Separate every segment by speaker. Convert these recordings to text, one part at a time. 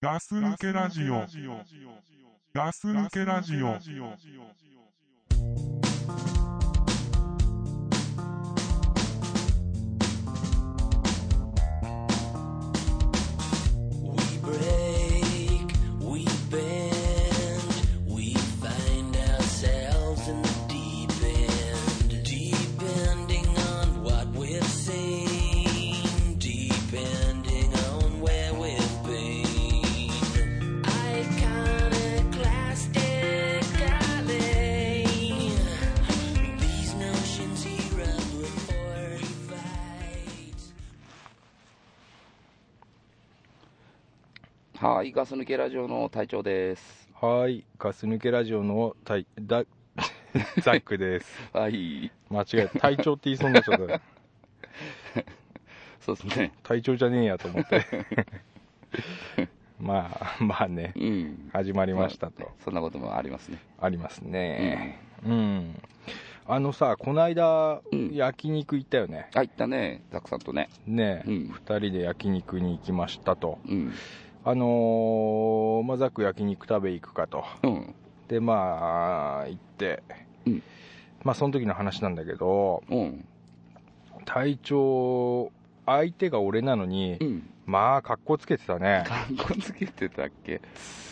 Speaker 1: ガス抜けラジオ。ガス抜けラジオ。
Speaker 2: We break, we bend, we find ourselves in the deep end. Depending on what we've seen, depending on where we've been. Iconoclastic alley. These notions here of before we fight.
Speaker 3: はい、ガス抜けラジオの隊長です。
Speaker 4: はーい、ガス抜けラジオのたいだ ザックです。
Speaker 3: はい、
Speaker 4: 間違えた、隊長って言いそうになっちゃった。
Speaker 3: そうですね。
Speaker 4: 隊長じゃねえやと思って。 まあ、まあね、
Speaker 3: うん。
Speaker 4: 始まりましたと、
Speaker 3: そんなこともありますね。
Speaker 4: ありますね。うん。あのさ、こないだ
Speaker 3: うん、
Speaker 4: 焼肉行ったよね。
Speaker 3: あ、行ったね、ザクさんとね。
Speaker 4: ねえ、
Speaker 3: う
Speaker 4: 二、
Speaker 3: ん
Speaker 4: 人で焼肉に行きましたと。
Speaker 3: うん。
Speaker 4: あのー、まあ、ザック焼肉食べ行くかと。
Speaker 3: うん。
Speaker 4: で、まあ、行って。
Speaker 3: うん
Speaker 4: まあ、その時の話なんだけど、
Speaker 3: うん。
Speaker 4: 隊長相手が俺なのに、
Speaker 3: うん。
Speaker 4: まあ格好つけてたね
Speaker 3: かっこつけてたっけ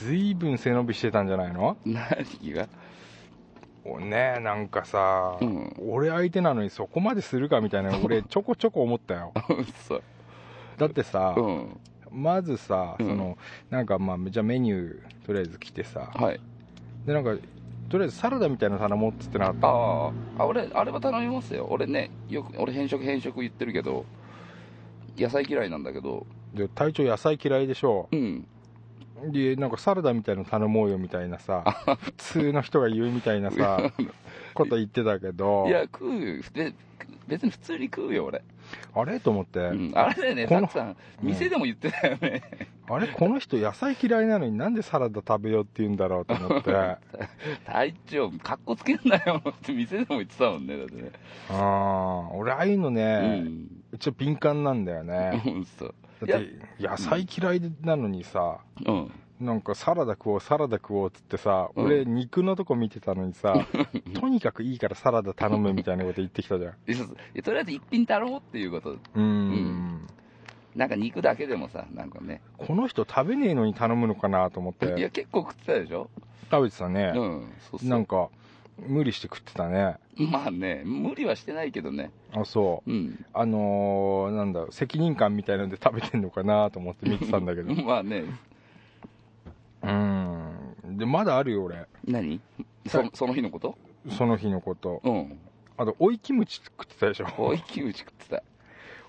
Speaker 4: 随分背伸びしてたんじゃないの
Speaker 3: 何が
Speaker 4: おねえなんかさ、
Speaker 3: うん
Speaker 4: 俺相手なのにそこまでするかみたいな俺ちょこちょこ思ったよ
Speaker 3: そう。
Speaker 4: だってさ、
Speaker 3: うん。
Speaker 4: まずさ
Speaker 3: う
Speaker 4: そ
Speaker 3: ん
Speaker 4: のなんかまあじゃあメニューとりあえず来てさ
Speaker 3: はい。
Speaker 4: でなんかとりあえずサラダみたいな皿持ってってなかった
Speaker 3: あーあ、俺、あれは頼みますよ。俺ね、よく、俺、変色、変色言ってるけど、野菜嫌いなんだけど、
Speaker 4: で隊長野菜嫌いでしょ
Speaker 3: うん。
Speaker 4: でなんかサラダみたいの頼もうよみたいなさ普通の人が言うみたいなさ こと言ってたけど
Speaker 3: いや、食う、べ別に普通に食うよ、俺。
Speaker 4: あれと思って、
Speaker 3: うん。あれだよね、
Speaker 4: こ
Speaker 3: ザ
Speaker 4: の
Speaker 3: クさん、店でも言ってたよね。
Speaker 4: あれこの人野菜嫌いなのになんでサラダ食べようって言うんだろうと 思ってあ
Speaker 3: 隊長、かっこつけんなよって店でも言ってたもんね、だってね。
Speaker 4: あ俺ああいうのね、ちょっと敏感なんだ よね
Speaker 3: うん、そう。
Speaker 4: だって野菜嫌いなのにさ
Speaker 3: うん。
Speaker 4: なんかサラダ食おうサラダ食おうっつってさ
Speaker 3: うん
Speaker 4: 俺肉のとこ見てたの にさとにかくいいからサラダ頼むみたいなこと言ってきたじゃん
Speaker 3: いやそういやとりあえず一品頼ろうっていうこと。
Speaker 4: うーん
Speaker 3: なんか肉だけでもさ、なんかね。
Speaker 4: この人食べねえのに頼むのかなと思っ
Speaker 3: いや、
Speaker 4: て
Speaker 3: 結構食ってたでしょ
Speaker 4: 食べてた
Speaker 3: う
Speaker 4: ね、
Speaker 3: ん。そうそ
Speaker 4: なん
Speaker 3: う。
Speaker 4: か無理して食ってたね
Speaker 3: まあね、無理はしてないけどね。
Speaker 4: あそう
Speaker 3: うん。
Speaker 4: あのー、なんだろう責任感みたいなので食べてんのかなと思って見てたんだけ ど
Speaker 3: まあね、
Speaker 4: うんでまだあるよ俺
Speaker 3: 何そその日のこと
Speaker 4: その日のこと
Speaker 3: うん。
Speaker 4: あと追いキムチ食ってたでし
Speaker 3: お
Speaker 4: ょ
Speaker 3: いキムチ食ってた。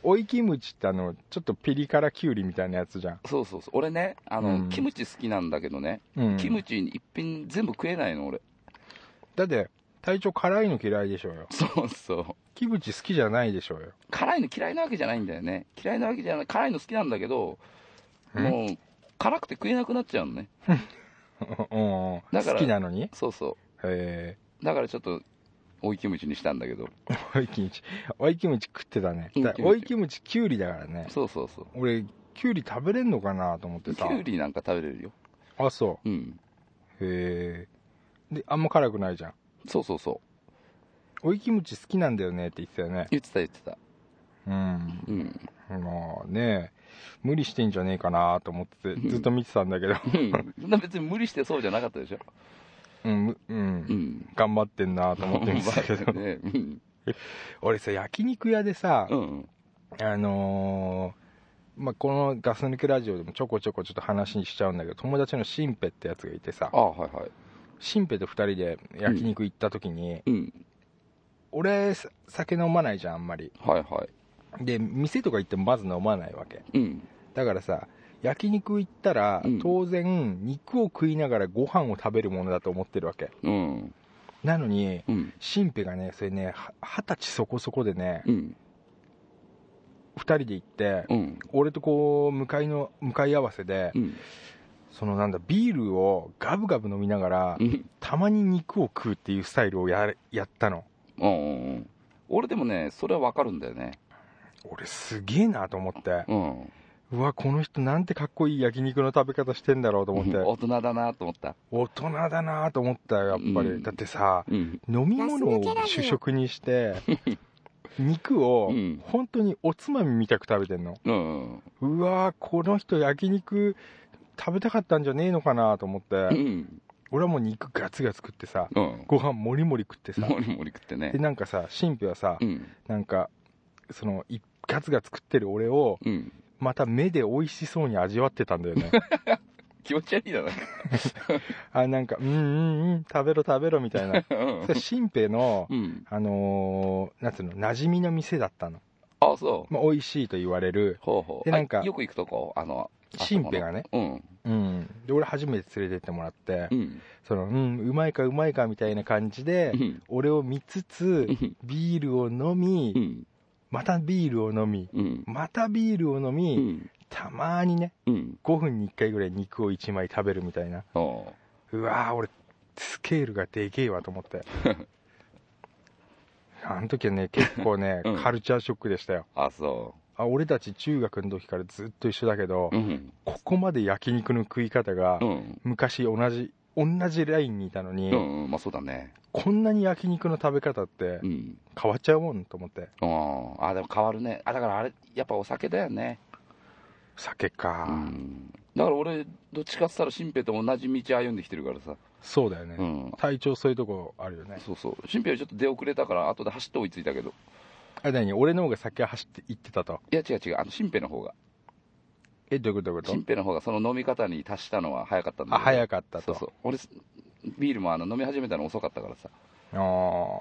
Speaker 4: 追いキムチってあのちょっとピリ辛きゅうりみたいなやつじゃん、
Speaker 3: そうそうそう。俺ね、あの、
Speaker 4: うん
Speaker 3: キムチ好きなんだけどね、
Speaker 4: うん、
Speaker 3: キムチ一品全部食えないの、俺。
Speaker 4: だって体調辛いの嫌いでしょうよ
Speaker 3: そうそう。
Speaker 4: キムチ好きじゃないでしょうよ
Speaker 3: 辛いの嫌いなわけじゃないんだよね嫌いなわけじゃない辛いの好きなんだけど
Speaker 4: ん
Speaker 3: もう辛くて食えなくなっちゃうのね
Speaker 4: うん
Speaker 3: だから
Speaker 4: 好きなのに
Speaker 3: そうそ
Speaker 4: え
Speaker 3: うだからちょっと追いキムチにしたんだけど
Speaker 4: ー、追いキムチ追いキムチ食ってたね
Speaker 3: うん
Speaker 4: だ追いキムチきゅうりだからね
Speaker 3: そうそうそう
Speaker 4: 俺きゅうり食べれんのかなと思って
Speaker 3: き
Speaker 4: さ
Speaker 3: ゅうりなんか食べれるよ
Speaker 4: あそう
Speaker 3: うん
Speaker 4: へえであんま辛くないじゃん
Speaker 3: そうそうそう
Speaker 4: 追いキムチ好きなんだよねって言ってたよね
Speaker 3: 言ってた言ってた
Speaker 4: うん
Speaker 3: うん
Speaker 4: まあね無理してんじゃねえかなと思って
Speaker 3: うん
Speaker 4: てずっと見てたんだけど
Speaker 3: うんそんな別に無理してそうじゃなかったでしょ
Speaker 4: うん、むうん
Speaker 3: うん
Speaker 4: 頑張ってんなと思って見てたけ
Speaker 3: まあ
Speaker 4: ど、
Speaker 3: ねうん
Speaker 4: 俺さ焼肉屋でさ、
Speaker 3: うん
Speaker 4: あのーまあ、このガス抜けラジオでもちょこちょこちょっと話しちゃうんだけど友達のシンペってやつがいてさ
Speaker 3: ああはいはい
Speaker 4: シンペと2人で焼肉行った時に、
Speaker 3: うん
Speaker 4: 俺さ酒飲まないじゃんあんまり
Speaker 3: はいは
Speaker 4: で店とか行ってもまず飲まないわけ
Speaker 3: いうん
Speaker 4: だからさ焼肉行ったら、
Speaker 3: うん
Speaker 4: 当然肉を食いながらご飯を食べるものだと思ってるわけ
Speaker 3: うん
Speaker 4: なのに
Speaker 3: うん
Speaker 4: 新兵がねそれねは二十歳そこそこでね
Speaker 3: うん
Speaker 4: 二人で行って
Speaker 3: うん
Speaker 4: 俺とこう向かいの向かい合わせで
Speaker 3: うん
Speaker 4: そのなんだビールをガブガブ飲みながら
Speaker 3: うん
Speaker 4: たまに肉を食うっていうスタイルをやれやったの
Speaker 3: うんうん俺でもねそれはわかるんだよね
Speaker 4: 俺すげえなと思って
Speaker 3: うん
Speaker 4: うわこの人なんてかっこいい焼肉の食べ方してんだろうと思っ て
Speaker 3: 大人だなと思った。
Speaker 4: 大人だなと思ったよやっぱり、
Speaker 3: うん
Speaker 4: だってさ
Speaker 3: うん。
Speaker 4: 飲み物を主食にして 肉を
Speaker 3: うん
Speaker 4: 本当におつまみみたく食べてんの
Speaker 3: うん。
Speaker 4: うわーこの人焼肉食べたかったんじゃねえのかなと思って、
Speaker 3: うん。
Speaker 4: 俺はもう肉ガツガツ食ってさ
Speaker 3: うん。
Speaker 4: ご飯もりもり食ってさ
Speaker 3: もりもり食ってね
Speaker 4: で。なんかさ神父はさ、
Speaker 3: うん。
Speaker 4: なんかそのいガツガツ食ってる俺を
Speaker 3: うん。
Speaker 4: また目で美味しそうに味わってたんだよ ね
Speaker 3: 気持ち悪いだ ろ。
Speaker 4: あなんかうんうんうん食べろ食べろみた いな
Speaker 3: うん
Speaker 4: そしたら神父の
Speaker 3: うん。
Speaker 4: あのー、なんつうの馴染みの店だったの、
Speaker 3: あ、そう。
Speaker 4: まあ、美味しいと言われる
Speaker 3: ほうほう。
Speaker 4: でなんか
Speaker 3: あよく行くとこ、あの、あそこ
Speaker 4: 神
Speaker 3: の
Speaker 4: 父がね、
Speaker 3: うん。
Speaker 4: うん、で俺初めて連れてってもらって
Speaker 3: うん。
Speaker 4: そのうんうまいかうまいかみたいな感じで
Speaker 3: うん。
Speaker 4: 俺を見つつ
Speaker 3: うん
Speaker 4: ビールを飲
Speaker 3: う
Speaker 4: み
Speaker 3: ん。
Speaker 4: またビールを飲み
Speaker 3: うん。
Speaker 4: またビールを飲
Speaker 3: う
Speaker 4: み
Speaker 3: ん。
Speaker 4: たまーにね
Speaker 3: うん。
Speaker 4: 5分に1回ぐらい肉を1枚食べるみたいな
Speaker 3: おう
Speaker 4: うわー俺スケールがでけえわと思って あの時はね結構ね、
Speaker 3: うん
Speaker 4: カルチャーショックでしたよ
Speaker 3: あ、そ
Speaker 4: あ俺たち中学の時からずっと一緒だけど、
Speaker 3: う。うん。
Speaker 4: ここまで焼肉の食い方が
Speaker 3: うん。
Speaker 4: 昔同じ同じラインにいたのに、
Speaker 3: うん。まあそうだね。
Speaker 4: こんなに焼肉の食べ方って
Speaker 3: うん。
Speaker 4: 変わっちゃうもんと思って
Speaker 3: うんあ、でも変わるね。あ、だからあれ、やっぱお酒だよね。
Speaker 4: 酒か、
Speaker 3: うん。だから俺、どっちかっつったら、新兵と同じ道歩んできてるからさ。
Speaker 4: そうだよね、
Speaker 3: うん。
Speaker 4: 体調そういうとこあるよね
Speaker 3: そうそう。新兵よりちょっと出遅れたから、後で走って追いついたけど。
Speaker 4: あれ何俺の方が先走って行ってたと
Speaker 3: いや違う違う、あの、新兵の方が。
Speaker 4: えどういうことどういうこと
Speaker 3: 新兵の方がその飲み方に達したのは早かったんだ
Speaker 4: あ早
Speaker 3: かっ
Speaker 4: かった
Speaker 3: そ
Speaker 4: と
Speaker 3: うそう。俺、ビールもあの飲み始めたの遅かったからさ。
Speaker 4: あー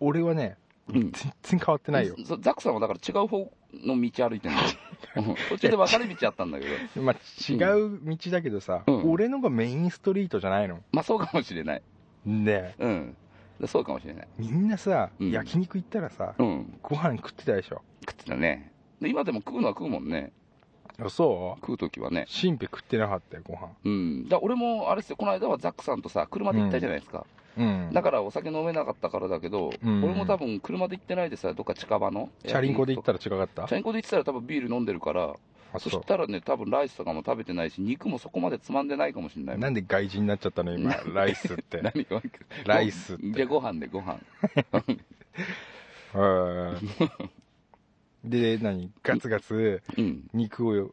Speaker 4: 俺はね
Speaker 3: うん。
Speaker 4: 全然変わってないよ、
Speaker 3: そザックさんはだから違う方の道歩い てんだよ。うん途中で分かれ道あったんだけど。
Speaker 4: まあ、違う道だけどさ、
Speaker 3: うん
Speaker 4: 俺のがメインストリートじゃないの
Speaker 3: まあそうかもしれない。
Speaker 4: ねえ
Speaker 3: うん。そうかもしれない。
Speaker 4: みんなさ、
Speaker 3: うん
Speaker 4: 焼肉行ったらさ、
Speaker 3: うん。
Speaker 4: ご飯食ってたでしょ
Speaker 3: 食ってたね。で今でも食うのは食うもんね。
Speaker 4: あそう
Speaker 3: 食うときはね。
Speaker 4: 神秘食ってなかったよご飯
Speaker 3: うん。だから俺も、あれですよ、この間はザックさんとさ、車で行ったじゃないですか。
Speaker 4: うん
Speaker 3: だからお酒飲めなかったからだけど、
Speaker 4: うん
Speaker 3: 俺も多分車で行ってないでさ、どっか近場の。
Speaker 4: チャリンコで行った
Speaker 3: ら
Speaker 4: ら違かった
Speaker 3: チャリンコで行ってたら多分ビール飲んでるから、
Speaker 4: あ
Speaker 3: そ
Speaker 4: そ
Speaker 3: したらね、多分ライスとかも食べてないし、肉もそこまでつまんでないかもしれな
Speaker 4: う
Speaker 3: い。
Speaker 4: なんで外人になっちゃったの 今ライスって
Speaker 3: 何が
Speaker 4: ライスって
Speaker 3: じゃあご飯でご飯。
Speaker 4: うんで何ガツガツ
Speaker 3: うん。
Speaker 4: 肉を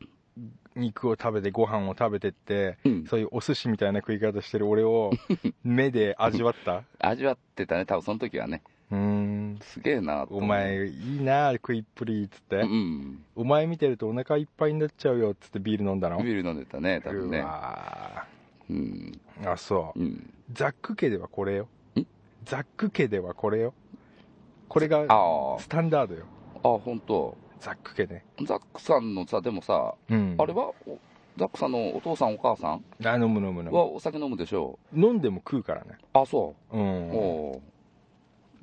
Speaker 4: 肉を食べてご飯を食べてって
Speaker 3: うん。
Speaker 4: そういうお寿司みたいな食い方してる俺を目で味わった
Speaker 3: 味わってたね、多分その時はね。
Speaker 4: うーん
Speaker 3: すげえなと
Speaker 4: お
Speaker 3: 思う。
Speaker 4: 前いいな食いっぷりっつって、
Speaker 3: うん。
Speaker 4: お前見てるとお腹いっぱいになっちゃうよっつってビール飲んだの
Speaker 3: ビール飲んでたね、多分
Speaker 4: う
Speaker 3: ね。
Speaker 4: わ
Speaker 3: うん。
Speaker 4: ーあそう
Speaker 3: うん。
Speaker 4: ザック家ではこれよ
Speaker 3: ん
Speaker 4: ザック家ではこれよこれ
Speaker 3: あ
Speaker 4: が
Speaker 3: あ。
Speaker 4: スタンダードよ
Speaker 3: あ、本当。
Speaker 4: ザック家ね
Speaker 3: ザックさんのさ、でもさ、
Speaker 4: うん
Speaker 3: あれはおザックさんのお父さん、お母さん
Speaker 4: あ飲む飲む飲
Speaker 3: はお酒飲むでしょ
Speaker 4: む飲んでも食うからね
Speaker 3: う。あ、そうう。
Speaker 4: ん
Speaker 3: お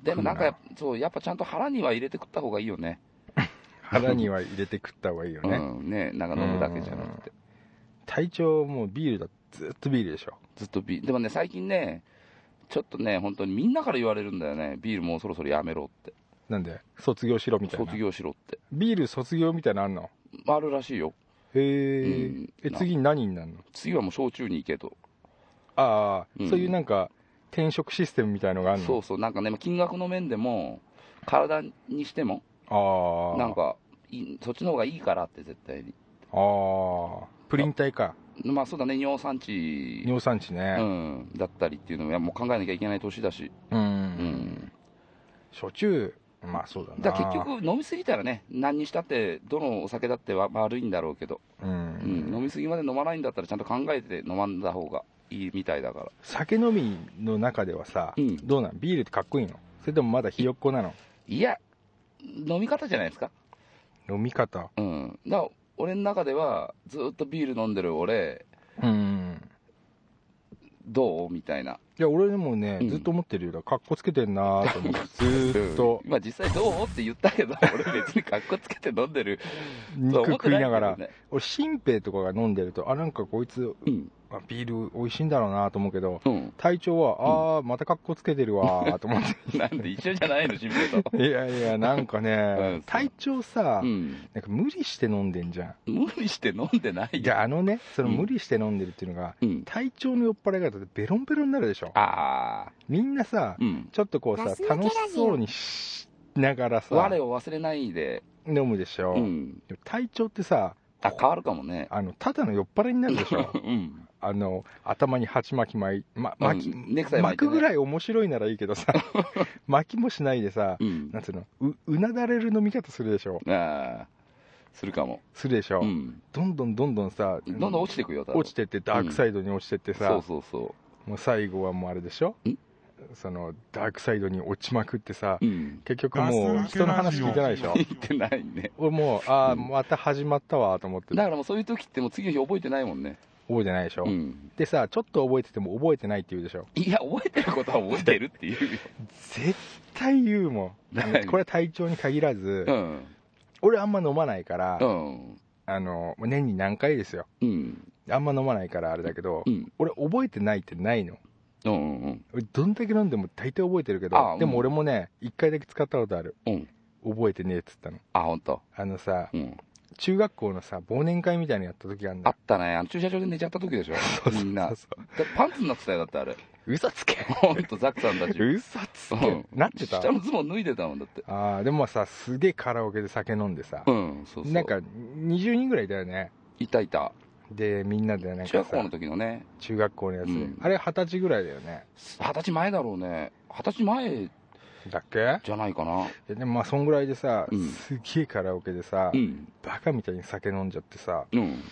Speaker 3: うでもなんかやっぱ、そう、やっぱちゃんと腹には入れて食った方がいいよね。
Speaker 4: 腹には入れて食った方がいいよね、
Speaker 3: うん。ね、なんか飲むだけじゃなくて。
Speaker 4: 体調もうビールだずっとビールでしょ
Speaker 3: ずっとビール。でもね、最近ね、ちょっとね、本当にみんなから言われるんだよね。ビールもうそろそろやめろって。
Speaker 4: なんで卒業しろみたいな
Speaker 3: 卒業しろって。
Speaker 4: ビール卒業みたいなのあんの
Speaker 3: あるらしいよ。
Speaker 4: へー
Speaker 3: うん
Speaker 4: え次何になるの
Speaker 3: 次はもう焼酎に行けと。
Speaker 4: ああ、
Speaker 3: うん
Speaker 4: そういうなんか転職システムみたいのがあるの
Speaker 3: そうそう、なんかね、金額の面でも、体にしても、
Speaker 4: ああ
Speaker 3: なんかいい、そっちの方がいいからって絶対に。
Speaker 4: ああプリン体か
Speaker 3: まあそうだね、尿酸値、
Speaker 4: 尿酸値
Speaker 3: う
Speaker 4: ね
Speaker 3: ん、だったりっていうのもいや、もう考えなきゃいけない年だし。
Speaker 4: うん、
Speaker 3: うん。
Speaker 4: 焼酎まあそうだな
Speaker 3: だから結局、飲みすぎたらね、何にしたって、どのお酒だっては悪いんだろうけど、
Speaker 4: うん、
Speaker 3: うん、飲みすぎまで飲まないんだったら、ちゃんと考えて飲まんだ方がいいみたいだから。
Speaker 4: 酒飲みの中ではさ、
Speaker 3: うん
Speaker 4: どうなんビールってかっこいいのそれともまだひよっこなの
Speaker 3: いや、飲み方じゃないですか。
Speaker 4: 飲み方
Speaker 3: うん。だから、俺の中では、ずっとビール飲んでる俺、
Speaker 4: うん
Speaker 3: どうみたいな。
Speaker 4: いや俺でもね、
Speaker 3: うん
Speaker 4: ずっと思ってるよかっこつけてんなーと 思ってずーっと
Speaker 3: うん今実際どう思って言ったけ ど、俺別に格好つけて飲んでるとは思っ
Speaker 4: 肉
Speaker 3: て
Speaker 4: 食い
Speaker 3: ないけ
Speaker 4: な
Speaker 3: ど
Speaker 4: がら、
Speaker 3: ね。
Speaker 4: 俺新兵とかが飲んでるとあなんかこいつ
Speaker 3: うん。
Speaker 4: あビール美味しいんだろうなと思うけど
Speaker 3: うん。
Speaker 4: 体調はあーまたかっこつけてるわーと思って
Speaker 3: なんで一緒じゃないの、新 兵と。
Speaker 4: いやいやなんか
Speaker 3: う
Speaker 4: ね
Speaker 3: ん
Speaker 4: 体調さ、
Speaker 3: うん。
Speaker 4: なんか無理して飲んでんじゃ
Speaker 3: 無理して飲んでない
Speaker 4: ん
Speaker 3: よ
Speaker 4: じゃああのねその
Speaker 3: うん
Speaker 4: 無理して飲んでるっていうのが
Speaker 3: うん。
Speaker 4: 体調の酔っ払い方でベロンベロンになるでしょ
Speaker 3: ああ。
Speaker 4: みんなさ
Speaker 3: うん。
Speaker 4: ちょっとこうさ
Speaker 5: ガス抜けラジ
Speaker 4: 楽
Speaker 5: オ
Speaker 4: しそうにしながらさ
Speaker 3: 我を忘れないで、
Speaker 4: 飲むでしょ、
Speaker 3: うん。
Speaker 4: でも体調ってさ
Speaker 3: あ、変わるかもね。
Speaker 4: あのただの酔っ払いになるでしょ
Speaker 3: うん。
Speaker 4: あの頭に鉢巻き巻い、ま、巻き、
Speaker 3: うんネクタイ巻い
Speaker 4: 巻
Speaker 3: てね
Speaker 4: くぐらい面白いならいいけど さ巻きもしないでさ
Speaker 3: うん。
Speaker 4: なんつうのううなだれる飲み方するでしょ
Speaker 3: ああ。するかも。
Speaker 4: するでしょ、
Speaker 3: うん。
Speaker 4: どんどんどんどんさ
Speaker 3: どんどん落ちてくよ、多分
Speaker 4: 落ちてってダークサイドに落ちてってさ、
Speaker 3: そうそうそ
Speaker 4: もう最後はもうあれでしょ
Speaker 3: ん
Speaker 4: そのダークサイドに落ちまくってさ
Speaker 3: う。うん。
Speaker 4: 結局もう人の話聞いてないでしょ
Speaker 1: ガス抜けラジ
Speaker 3: 言ってないね。
Speaker 4: 俺もうああ
Speaker 3: うん
Speaker 4: また始まったわと思って
Speaker 3: だからもうそういう時ってもう次の日覚えてないもんね。
Speaker 4: 覚えてないでしょ、
Speaker 3: うん。
Speaker 4: でさちょっと覚えてても覚えてないって言うでしょ
Speaker 3: いや、覚えてることは覚えてるって いうよ。
Speaker 4: 絶対言うもん
Speaker 3: 何
Speaker 4: あのこれは体調に限らず、
Speaker 3: うん。
Speaker 4: 俺あんま飲まないから、
Speaker 3: うん。
Speaker 4: あの年に何回ですよ
Speaker 3: うん。
Speaker 4: あんま飲まないからあれだけど、
Speaker 3: うん。
Speaker 4: 俺覚えてないってないの
Speaker 3: うん。うん。
Speaker 4: 俺どんだけ飲んでも大体覚えてるけ
Speaker 3: あ
Speaker 4: ど
Speaker 3: うん
Speaker 4: でも俺もね一回だけ使ったことある、
Speaker 3: うん
Speaker 4: 覚えてねえっつったの
Speaker 3: あ、ほんと。
Speaker 4: あのさ
Speaker 3: うん。
Speaker 4: 中学校のさ忘年会みたいなのやった時があるん
Speaker 3: あ
Speaker 4: だよ
Speaker 3: ったね。あの駐車場で寝ちゃった時でしょ。みんな。だ
Speaker 4: そう
Speaker 3: っ
Speaker 4: そう
Speaker 3: てパンツになってたよ、だってあ れ。
Speaker 4: 嘘つけ
Speaker 3: ほんと、ザクさんたち。
Speaker 4: 嘘つけ、
Speaker 3: うん
Speaker 4: なってた
Speaker 3: 下のズボン脱いでたもんだって。
Speaker 4: ああでもさすげえカラオケで酒飲んでさ、
Speaker 3: うん、そうそう。
Speaker 4: なんか、20人ぐらいだよね
Speaker 3: いたいた。
Speaker 4: でみんなでなん
Speaker 3: 中
Speaker 4: か
Speaker 3: 学校
Speaker 4: さ
Speaker 3: の時のね、
Speaker 4: 中学校のやつで、
Speaker 3: うん
Speaker 4: あれ二十歳ぐらいだよね
Speaker 3: 二十歳前だろうね。二十歳前
Speaker 4: だっけ
Speaker 3: じゃないかな。
Speaker 4: ででもまあそんぐらいでさ、
Speaker 3: うん
Speaker 4: すげえカラオケでさ、
Speaker 3: うん。
Speaker 4: バカみたいに酒飲んじゃってさ
Speaker 3: うん。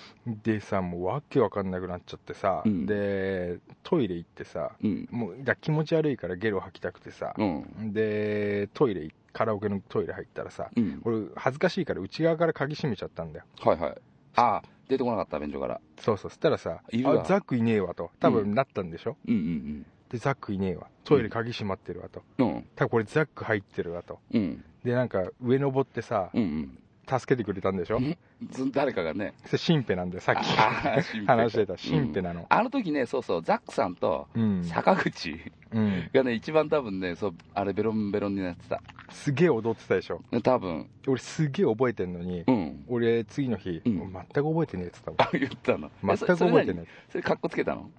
Speaker 4: でさもうわけわかんなくなっちゃってさ、
Speaker 3: うん
Speaker 4: でトイレ行ってさ
Speaker 3: うん。
Speaker 4: もうだ気持ち悪いからゲロ吐きたくてさ、
Speaker 3: うん。
Speaker 4: でトイレカラオケのトイレ入ったらさ
Speaker 3: うん。
Speaker 4: 俺恥ずかしいから内側から鍵閉めちゃったんだよ
Speaker 3: はいはい。ああ、出てこなかった、便所から。
Speaker 4: そうそうそしたらさ
Speaker 3: いるわ
Speaker 4: あザックいねえわと多分なったんでしょ、
Speaker 3: うんうん
Speaker 4: でザックいねえわトイレ鍵閉まってるわと
Speaker 3: うん。うん。
Speaker 4: 多分これザック入ってるわと
Speaker 3: うん。
Speaker 4: でなんか上登ってさ
Speaker 3: うん
Speaker 4: 助けてくれたんでしょ、
Speaker 3: うんず誰かがね、
Speaker 4: それ神父なんだよさっき
Speaker 3: ああ神父か
Speaker 4: 話してた神父なの
Speaker 3: あの時ね、そうそう、ザックさんと
Speaker 4: うん、
Speaker 3: 坂口
Speaker 4: うん、
Speaker 3: がね、一番多分ね、そうあれ、ベロンベロンになってた。
Speaker 4: すげえ踊ってたでしょ
Speaker 3: 多分
Speaker 4: 俺すげえ覚えてんのに、
Speaker 3: うん。
Speaker 4: 俺次の日、
Speaker 3: うん
Speaker 4: もう全く覚えてねえって言った
Speaker 3: あ、言ったの。
Speaker 4: もん全く覚え
Speaker 3: な
Speaker 4: て
Speaker 3: い。
Speaker 4: ね
Speaker 3: それ、かっこつけたの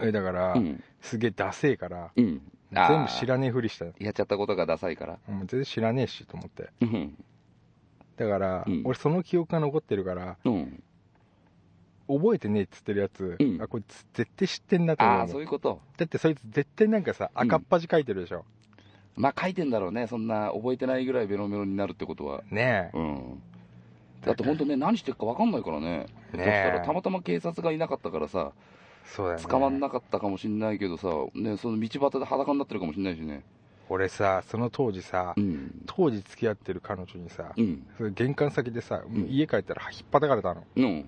Speaker 4: ええだから、
Speaker 3: うん。
Speaker 4: すげえダセえから
Speaker 3: うん。
Speaker 4: 全部知
Speaker 3: ん。
Speaker 4: らねえふりしたの
Speaker 3: やっちゃったことがダサいから。
Speaker 4: もう全然知らねえしと思って
Speaker 3: うん。
Speaker 4: だから、
Speaker 3: うん
Speaker 4: 俺その記憶が残ってるから
Speaker 3: うん。
Speaker 4: 覚えてねえっつってるやつ、
Speaker 3: うん
Speaker 4: あこいつ絶対知ってんなと
Speaker 3: あ
Speaker 4: 思
Speaker 3: あ、
Speaker 4: う
Speaker 3: そ
Speaker 4: も
Speaker 3: うんいうこと。
Speaker 4: だってそいつ絶対なんかさ
Speaker 3: ん
Speaker 4: 赤っ端書いてるでしょ、
Speaker 3: まあ、書いてんだろうね。そんな、覚えてないぐらいベロンベロンになるってことは。
Speaker 4: ね
Speaker 3: うん。だって本当ね、何してるか分かんないからね。
Speaker 4: え
Speaker 3: だった
Speaker 4: ね
Speaker 3: らた
Speaker 4: え
Speaker 3: またま警察がいなかったからさ、
Speaker 4: そうだよね
Speaker 3: 捕まんなかったかもしんないけどさ、ね、その道端で裸になってるかもしんないしね。
Speaker 4: 俺さその当時さ、
Speaker 3: うん。
Speaker 4: 当時付き合ってる彼女にさ、
Speaker 3: うん。
Speaker 4: それ玄関先でさ、
Speaker 3: ん
Speaker 4: 家帰ったら引っ張たかれたの
Speaker 3: うん。
Speaker 4: うん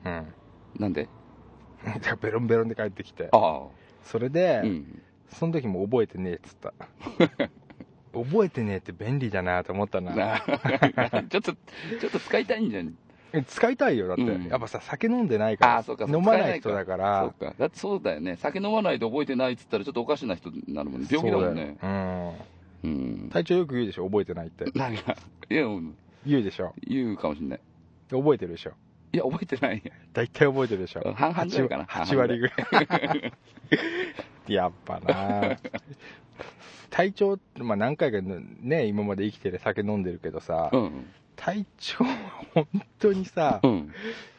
Speaker 3: なんで
Speaker 4: でベロンベロンで帰ってきて
Speaker 3: あ
Speaker 4: それで、
Speaker 3: あ。うん。
Speaker 4: その時も覚えてねえっつった 覚えてねえって便利だなと思ったな
Speaker 3: な ちょっと、ちょっと使いたいんじゃん。
Speaker 4: え使いたいよだって、
Speaker 3: うん
Speaker 4: やっぱさ酒飲んでない
Speaker 3: あ
Speaker 4: か
Speaker 3: ーそうからそう
Speaker 4: 飲まない人だか
Speaker 3: そ
Speaker 4: ら
Speaker 3: うか。だってそうだよね。酒飲まないと覚えてないっつったらちょっとおかしな人になるもんね。病気だもんね。
Speaker 4: そうだよ
Speaker 3: う
Speaker 4: うんん。体調よく言うでしょ覚えてないって
Speaker 3: なんか、いや、うん
Speaker 4: 言うでしょ
Speaker 3: 言うかもしんない。
Speaker 4: で覚えてるでしょ
Speaker 3: いや、覚えてないや。
Speaker 4: 大体覚えてるでしょ
Speaker 3: 半々ぐらいかな。
Speaker 4: 8割ぐら いやっぱな体調って、まあ、何回かね今まで生きてる酒飲んでるけどさ、
Speaker 3: 半々ぐ
Speaker 4: 体調は本当にさ
Speaker 3: らい。うん。うん。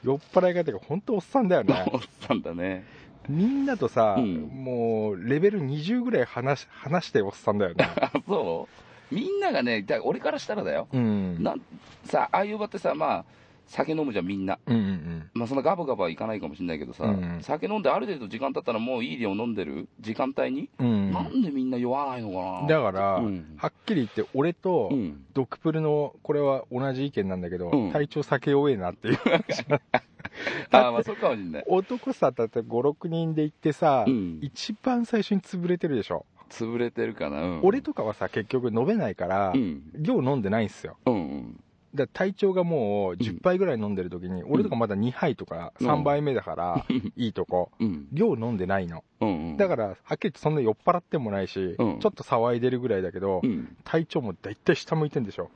Speaker 4: 酔っ払い方が本当おっさんだよね
Speaker 3: おっさんだね。
Speaker 4: みんなとさ、
Speaker 3: うん
Speaker 4: もうレベル20ぐらい話し話しておっさん だよね
Speaker 3: あ、そうみんながね、だ俺からしたらだよ。
Speaker 4: うん
Speaker 3: なんさ、ああいう場ってさ、まあ、酒飲むじゃん、みんな。
Speaker 4: うんうん
Speaker 3: まあ、そんなガバガバはいかないかもしれないけどさ、
Speaker 4: うん
Speaker 3: 酒飲んである程度時間経ったらもういい量飲んでる時間帯に、
Speaker 4: うん
Speaker 3: なんでみんな酔わないのかな。
Speaker 4: だから、
Speaker 3: うん
Speaker 4: はっきり言って俺と
Speaker 3: うん。
Speaker 4: ドクプルのこれは同じ意見なんだけど、
Speaker 3: うん
Speaker 4: 体調酒弱えなっていう
Speaker 3: ああ、まあそうかもしんない。
Speaker 4: 男さ、だって5、6人で行ってさ、
Speaker 3: うん。
Speaker 4: 一番最初に潰れてるでしょ。
Speaker 3: 潰れてるかな。うん、
Speaker 4: 俺とかはさ、結局飲めないから
Speaker 3: う、ん。
Speaker 4: 量飲んでないんすよ。
Speaker 3: うんうん。
Speaker 4: だから体調がもう10杯ぐらい飲んでる時に、俺とかまだ2杯とか
Speaker 3: うん
Speaker 4: 3杯目 だから、いいとこ。
Speaker 3: うん。
Speaker 4: 量飲んでないの。
Speaker 3: うんうん。、
Speaker 4: だからら、はっきり言ってそんな酔っ払ってもないし、ち
Speaker 3: う
Speaker 4: ょ
Speaker 3: ん
Speaker 4: っと騒いでるぐらいだけど
Speaker 3: う、ん。
Speaker 4: 体調も大体下向いてんでしょ。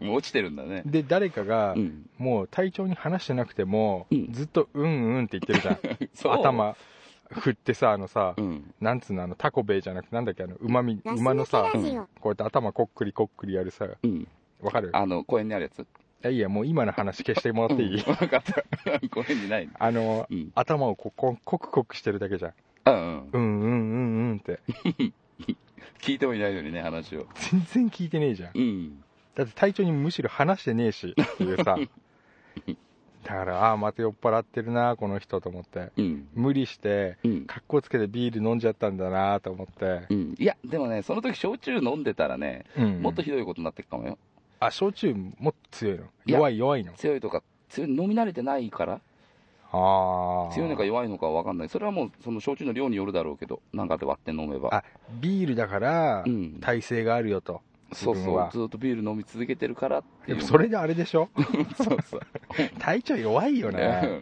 Speaker 3: もう落ちてるんだね。
Speaker 4: で、誰かが
Speaker 3: う、ん。
Speaker 4: もう体調に話してなくても
Speaker 3: う、ん
Speaker 4: ずっとうんうんって言ってるじゃん。
Speaker 3: そう。。
Speaker 4: 頭振ってさ、あのさ、
Speaker 3: うん。
Speaker 4: なんつうの、あの、タコベイじゃなくて、なんだっけ、あの、馬み、馬のさ、
Speaker 3: うん。
Speaker 4: こうやって頭こっくりこっくりやるさ、
Speaker 3: うん。
Speaker 4: わかる
Speaker 3: あの、公園にあるやつ。
Speaker 4: いやいや、もう今の話消してもらっていい、
Speaker 3: 分かった。公園にないの。
Speaker 4: あの、
Speaker 3: うん。
Speaker 4: 頭をこう、こんコクコクしてるだけじゃん。
Speaker 3: うんうん
Speaker 4: う。んうんうんうんって。
Speaker 3: 聞いてもいないのにね、話を。
Speaker 4: 全然聞いてねえじゃん。
Speaker 3: うん。
Speaker 4: だって体調にむしろ話してねえし、っていう さ。だから、ああ、また酔っ払ってるな、この人と思って。
Speaker 3: うん。
Speaker 4: 無理して、
Speaker 3: うん。
Speaker 4: 格好つけてビール飲んじゃったんだなと思って
Speaker 3: う。ん、いや、でもね、その時焼酎飲んでたらね、
Speaker 4: うん
Speaker 3: もっとひどいことになってくかもよ、
Speaker 4: あ、焼酎もっと強いの
Speaker 3: いや
Speaker 4: 弱い弱いの
Speaker 3: 強いとか、強い飲み慣れてないから、
Speaker 4: ああ。
Speaker 3: 強いのか弱いのかは分かんない、それはもう、その焼酎の量によるだろうけど、なんかで割って飲めば、
Speaker 4: あビールだから
Speaker 3: う、ん、
Speaker 4: 耐性があるよと。
Speaker 3: そう
Speaker 4: 自
Speaker 3: そ
Speaker 4: 分
Speaker 3: う
Speaker 4: は、
Speaker 3: ずっとビール飲み続けてるからって
Speaker 4: で
Speaker 3: いう、
Speaker 4: もそれであれ でしょ
Speaker 3: そうそう、
Speaker 4: 体調弱いよね。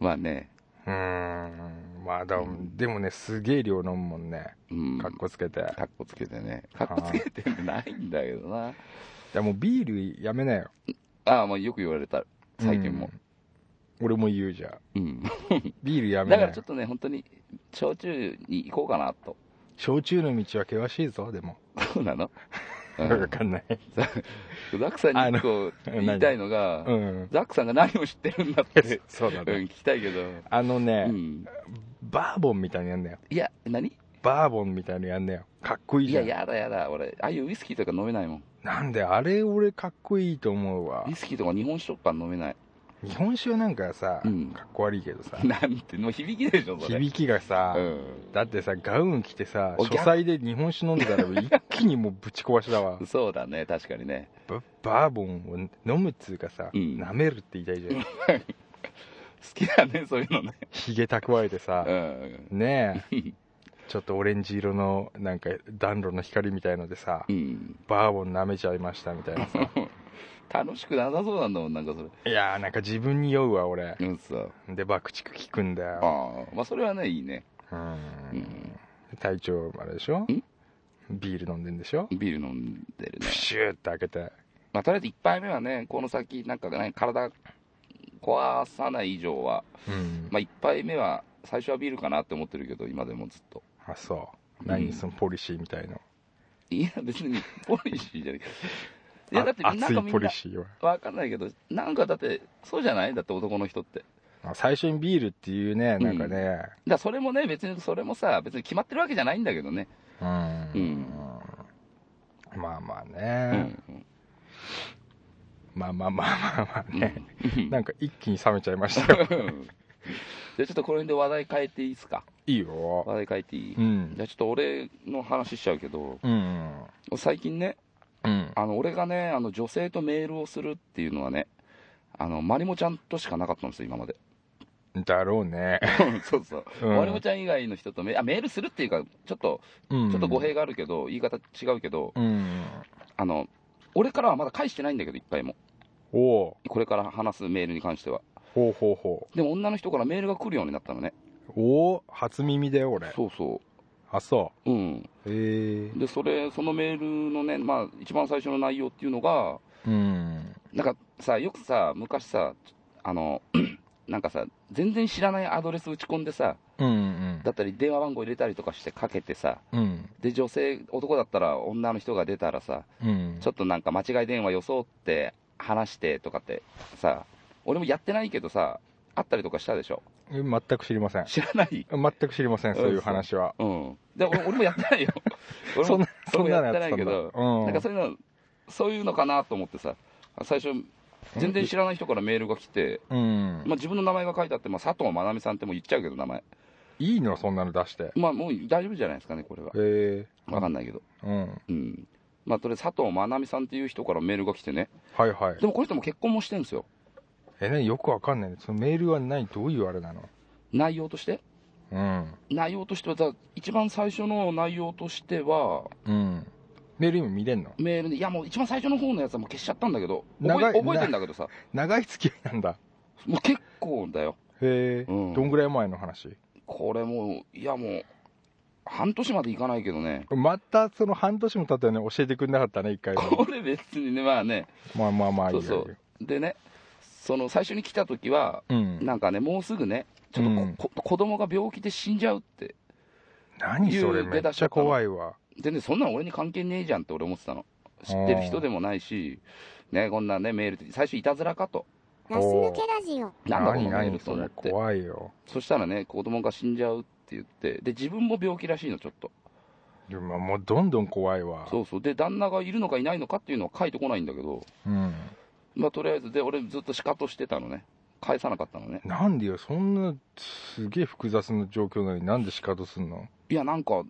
Speaker 3: まあね、
Speaker 4: うーん。まあだ、
Speaker 3: うん
Speaker 4: でもね、すげえ量飲むもんね。
Speaker 3: うん、
Speaker 4: かっこつけて。
Speaker 3: かっこつけてね、かっこつけてないんだけどな、
Speaker 4: いや、もうビールやめなよ。
Speaker 3: ああ、まあよく言われた、最近も、
Speaker 4: うん。俺も言うじゃ
Speaker 3: うん、
Speaker 4: ん。ビールやめ
Speaker 3: だ
Speaker 4: な
Speaker 3: か
Speaker 4: よ
Speaker 3: らちょっ。とね、本当に、焼酎に行こうかなと、
Speaker 4: 焼酎の道は険しいぞ、でも。
Speaker 3: そうなの、 う
Speaker 4: わ
Speaker 3: ん
Speaker 4: かんない。
Speaker 3: ザクさんに一個
Speaker 4: あの
Speaker 3: 言いたいのが、
Speaker 4: うん。
Speaker 3: ザクさんが何を知ってるんだって、
Speaker 4: そうだ
Speaker 3: うん、
Speaker 4: ね。
Speaker 3: 聞きたいけど、
Speaker 4: あの
Speaker 3: う
Speaker 4: ね、
Speaker 3: ん、
Speaker 4: バーボンみたいなのやんだよ。
Speaker 3: いや、何
Speaker 4: バーボンみたいなのやんだよ。かっこいい
Speaker 3: い
Speaker 4: じゃ
Speaker 3: や、
Speaker 4: ん。
Speaker 3: やだやだ、俺、ああいうウイスキーとか飲めないもん、
Speaker 4: なんで、あれ俺かっこいいと思うわ
Speaker 3: ウイ。スキーとか日本酒とか飲めない、
Speaker 4: 日本酒はなんかさ、
Speaker 3: うん
Speaker 4: かっこ悪いけどさ、
Speaker 3: なんて、もう響きでしょ、それ。
Speaker 4: 響きがさ、
Speaker 3: う
Speaker 4: だってさ、ガウン着てさ、
Speaker 3: お
Speaker 4: 書斎で日本酒飲んでたら一気にもうぶち壊しだわ
Speaker 3: ん、。そうだね、確かにね、
Speaker 4: ババーボンを飲むっつうかさ、
Speaker 3: うん
Speaker 4: 舐めるって言いたいじゃ ん。
Speaker 3: 好きだね、そういうのね、
Speaker 4: ひげ蓄えてさ
Speaker 3: う、ん、
Speaker 4: ね え、ちょっとオレンジ色のなんか暖炉の光みたいのでさ
Speaker 3: う、ん、
Speaker 4: バーボン舐めちゃいましたみたいな さ。
Speaker 3: 楽しくなさそうなんだもん、なんかそれ、
Speaker 4: いやーなんか自分に酔うわ、俺。
Speaker 3: うん、そう、
Speaker 4: で、爆竹聞くんだよ。
Speaker 3: ああ、まあ、それはね、いいね、
Speaker 4: う。
Speaker 3: うんん、
Speaker 4: 体調あれでしょ
Speaker 3: ん
Speaker 4: ビール飲んでんでしょ
Speaker 3: ビール飲んでるね
Speaker 4: プ。シューって開けて。
Speaker 3: まあ、とりあえず1杯目はね、この先、なんかね、体壊さない以上は、
Speaker 4: うん。
Speaker 3: まあ、1杯目は、最初はビールかなって思ってるけど、今でもずっと。
Speaker 4: あ、そう。
Speaker 3: うん
Speaker 4: 何そのポリシーみたいの。
Speaker 3: いや、別にポリシーじゃないいや、
Speaker 4: あ
Speaker 3: だって、な
Speaker 4: 熱
Speaker 3: んか
Speaker 4: い
Speaker 3: み
Speaker 4: ポ
Speaker 3: ん
Speaker 4: リ
Speaker 3: な、
Speaker 4: シーは。
Speaker 3: わかんないけど、なんかだって、そうじゃないだって男の人って。だか
Speaker 4: あ最初にビールっていうね、なんかね、
Speaker 3: らそれもね、別にそれもさ、別に決まってるわけじゃないんだけどね。
Speaker 4: うん。まあまあ
Speaker 3: う
Speaker 4: ね、
Speaker 3: ん。
Speaker 4: まあまあまあまあまあ
Speaker 3: うん。
Speaker 4: ね、なんか一気に冷めちゃいました よ
Speaker 3: うんじゃあちょっとこの辺で話題変えていいですか
Speaker 4: いいよ。
Speaker 3: 話題変えていい、
Speaker 4: うん
Speaker 3: じゃ。あちょっと俺の話しちゃうけど、
Speaker 4: うん。
Speaker 3: 最近ね、
Speaker 4: うん。
Speaker 3: あの俺がねあの女性とメールをするっていうのはねあのマリモちゃんとしかなかったんですよ今まで
Speaker 4: だろうね。
Speaker 3: そうそう、
Speaker 4: うん
Speaker 3: マリモちゃん以外の人とメあメールするっていうかちょっと
Speaker 4: ち
Speaker 3: ち
Speaker 4: ょ
Speaker 3: ょっと語弊があるけど、言い方違うけど
Speaker 4: うん。
Speaker 3: あの俺からはまだ返してないんだけど一回も
Speaker 4: おう
Speaker 3: これから話すメールに関しては
Speaker 4: ほうほうほ
Speaker 3: でも女の人からメールが来るようになったのね
Speaker 4: う。おお初耳だよ、俺。
Speaker 3: そうそ
Speaker 4: あ、そう
Speaker 3: うん
Speaker 4: う。へえ。
Speaker 3: でそれそのメールのねまあ一番最初の内容っていうのが
Speaker 4: うん。
Speaker 3: なんかさよくさ昔さあの なんかさ全然知らないアドレス打ち込んでさ
Speaker 4: うんうん。
Speaker 3: だったり電話番号入れたりとかしてかけてさ
Speaker 4: うん。
Speaker 3: で女性男だったら女の人が出たらさ
Speaker 4: うん。
Speaker 3: ちょっとなんか間違い電話装って話してとかってさ俺もやってないけどさあったりとかしたでしょ
Speaker 4: え全く知りません。
Speaker 3: 知らない
Speaker 4: 全く知りません、そういう話は。
Speaker 3: うんで俺俺もやって ないよ俺
Speaker 4: そん
Speaker 3: も
Speaker 4: な、そんなのや
Speaker 3: 俺もやって
Speaker 4: っ
Speaker 3: な
Speaker 4: て
Speaker 3: いけ
Speaker 4: たんだ。
Speaker 3: ど
Speaker 4: うん。
Speaker 3: なんかそういうのそういうのかなと思ってさ最初全然知らない人からメールが来て、
Speaker 4: うん
Speaker 3: まあ、自分の名前が書いてあって、まあ、佐藤まなみさんってもう言っちゃうけど名前
Speaker 4: いいの、そんなの出して。
Speaker 3: まあもう大丈夫じゃないですかねこれは
Speaker 4: ええ
Speaker 3: 分かんないけど
Speaker 4: うん。
Speaker 3: うんまあ、とりあえず佐藤まなみさんっていう人からメールが来てね、
Speaker 4: はいはい
Speaker 3: で。もこの人も結婚もしてるんですよ、
Speaker 4: ええ、ね、よくわかんない。そのメールは何どういうあれなの
Speaker 3: 内容として
Speaker 4: うん。
Speaker 3: 内容としては、だ一番最初の内容としては、
Speaker 4: うん。メール今見れんの
Speaker 3: メールで、いやもう一番最初の方のやつはもう消しちゃったんだけど、
Speaker 4: 長
Speaker 3: 覚
Speaker 4: い
Speaker 3: え覚えてんだけどさ、
Speaker 4: 長い付き合いなんだ。
Speaker 3: もう結構だよ、
Speaker 4: へえ、
Speaker 3: うん
Speaker 4: どんぐらい前の話
Speaker 3: これもう、いやもう、半年までいかないけどね、
Speaker 4: またその半年も経ったよね、教えてくれなかったね、一回も。
Speaker 3: これ別にね、まあね、
Speaker 4: まあまあまあ、いいよ。
Speaker 3: そうそう
Speaker 4: いいよ
Speaker 3: でね、その最初に来た時は、
Speaker 4: うん。
Speaker 3: なんかね、もうすぐね、ちょっとこ、
Speaker 4: うん
Speaker 3: こ子供が病気で死んじゃうって、
Speaker 4: 何それ、
Speaker 3: 言う
Speaker 4: め
Speaker 3: 出
Speaker 4: っ
Speaker 3: だし
Speaker 4: ち
Speaker 3: だ
Speaker 4: ゃ
Speaker 3: ったの
Speaker 4: 怖いわ。
Speaker 3: 全然そんなの俺に関係ねえじゃんって俺思ってたの、知ってる人でもないし、ね、こんなね、メールで、最初、いたずらかと、
Speaker 5: ガス抜けラジオ。
Speaker 3: なんだこ
Speaker 4: 何
Speaker 3: のメール
Speaker 4: 何
Speaker 3: と
Speaker 4: そ
Speaker 3: 思っ
Speaker 4: れ、
Speaker 3: て、
Speaker 4: 怖いよ。
Speaker 3: そしたらね、子供が死んじゃうって言って、で、自分も病気らしいの、ちょっと。
Speaker 4: でももうどんどん怖いわ。
Speaker 3: そうそうで旦那がいるのかいないのかっていうのは書いてこないんだけど、
Speaker 4: うん。
Speaker 3: まあ、とりあえずで俺ずっとシカトしてたのね返さなかったのね
Speaker 4: なんでよ、そんなすげえ複雑な状況なのになんで仕方すんの
Speaker 3: いやなんか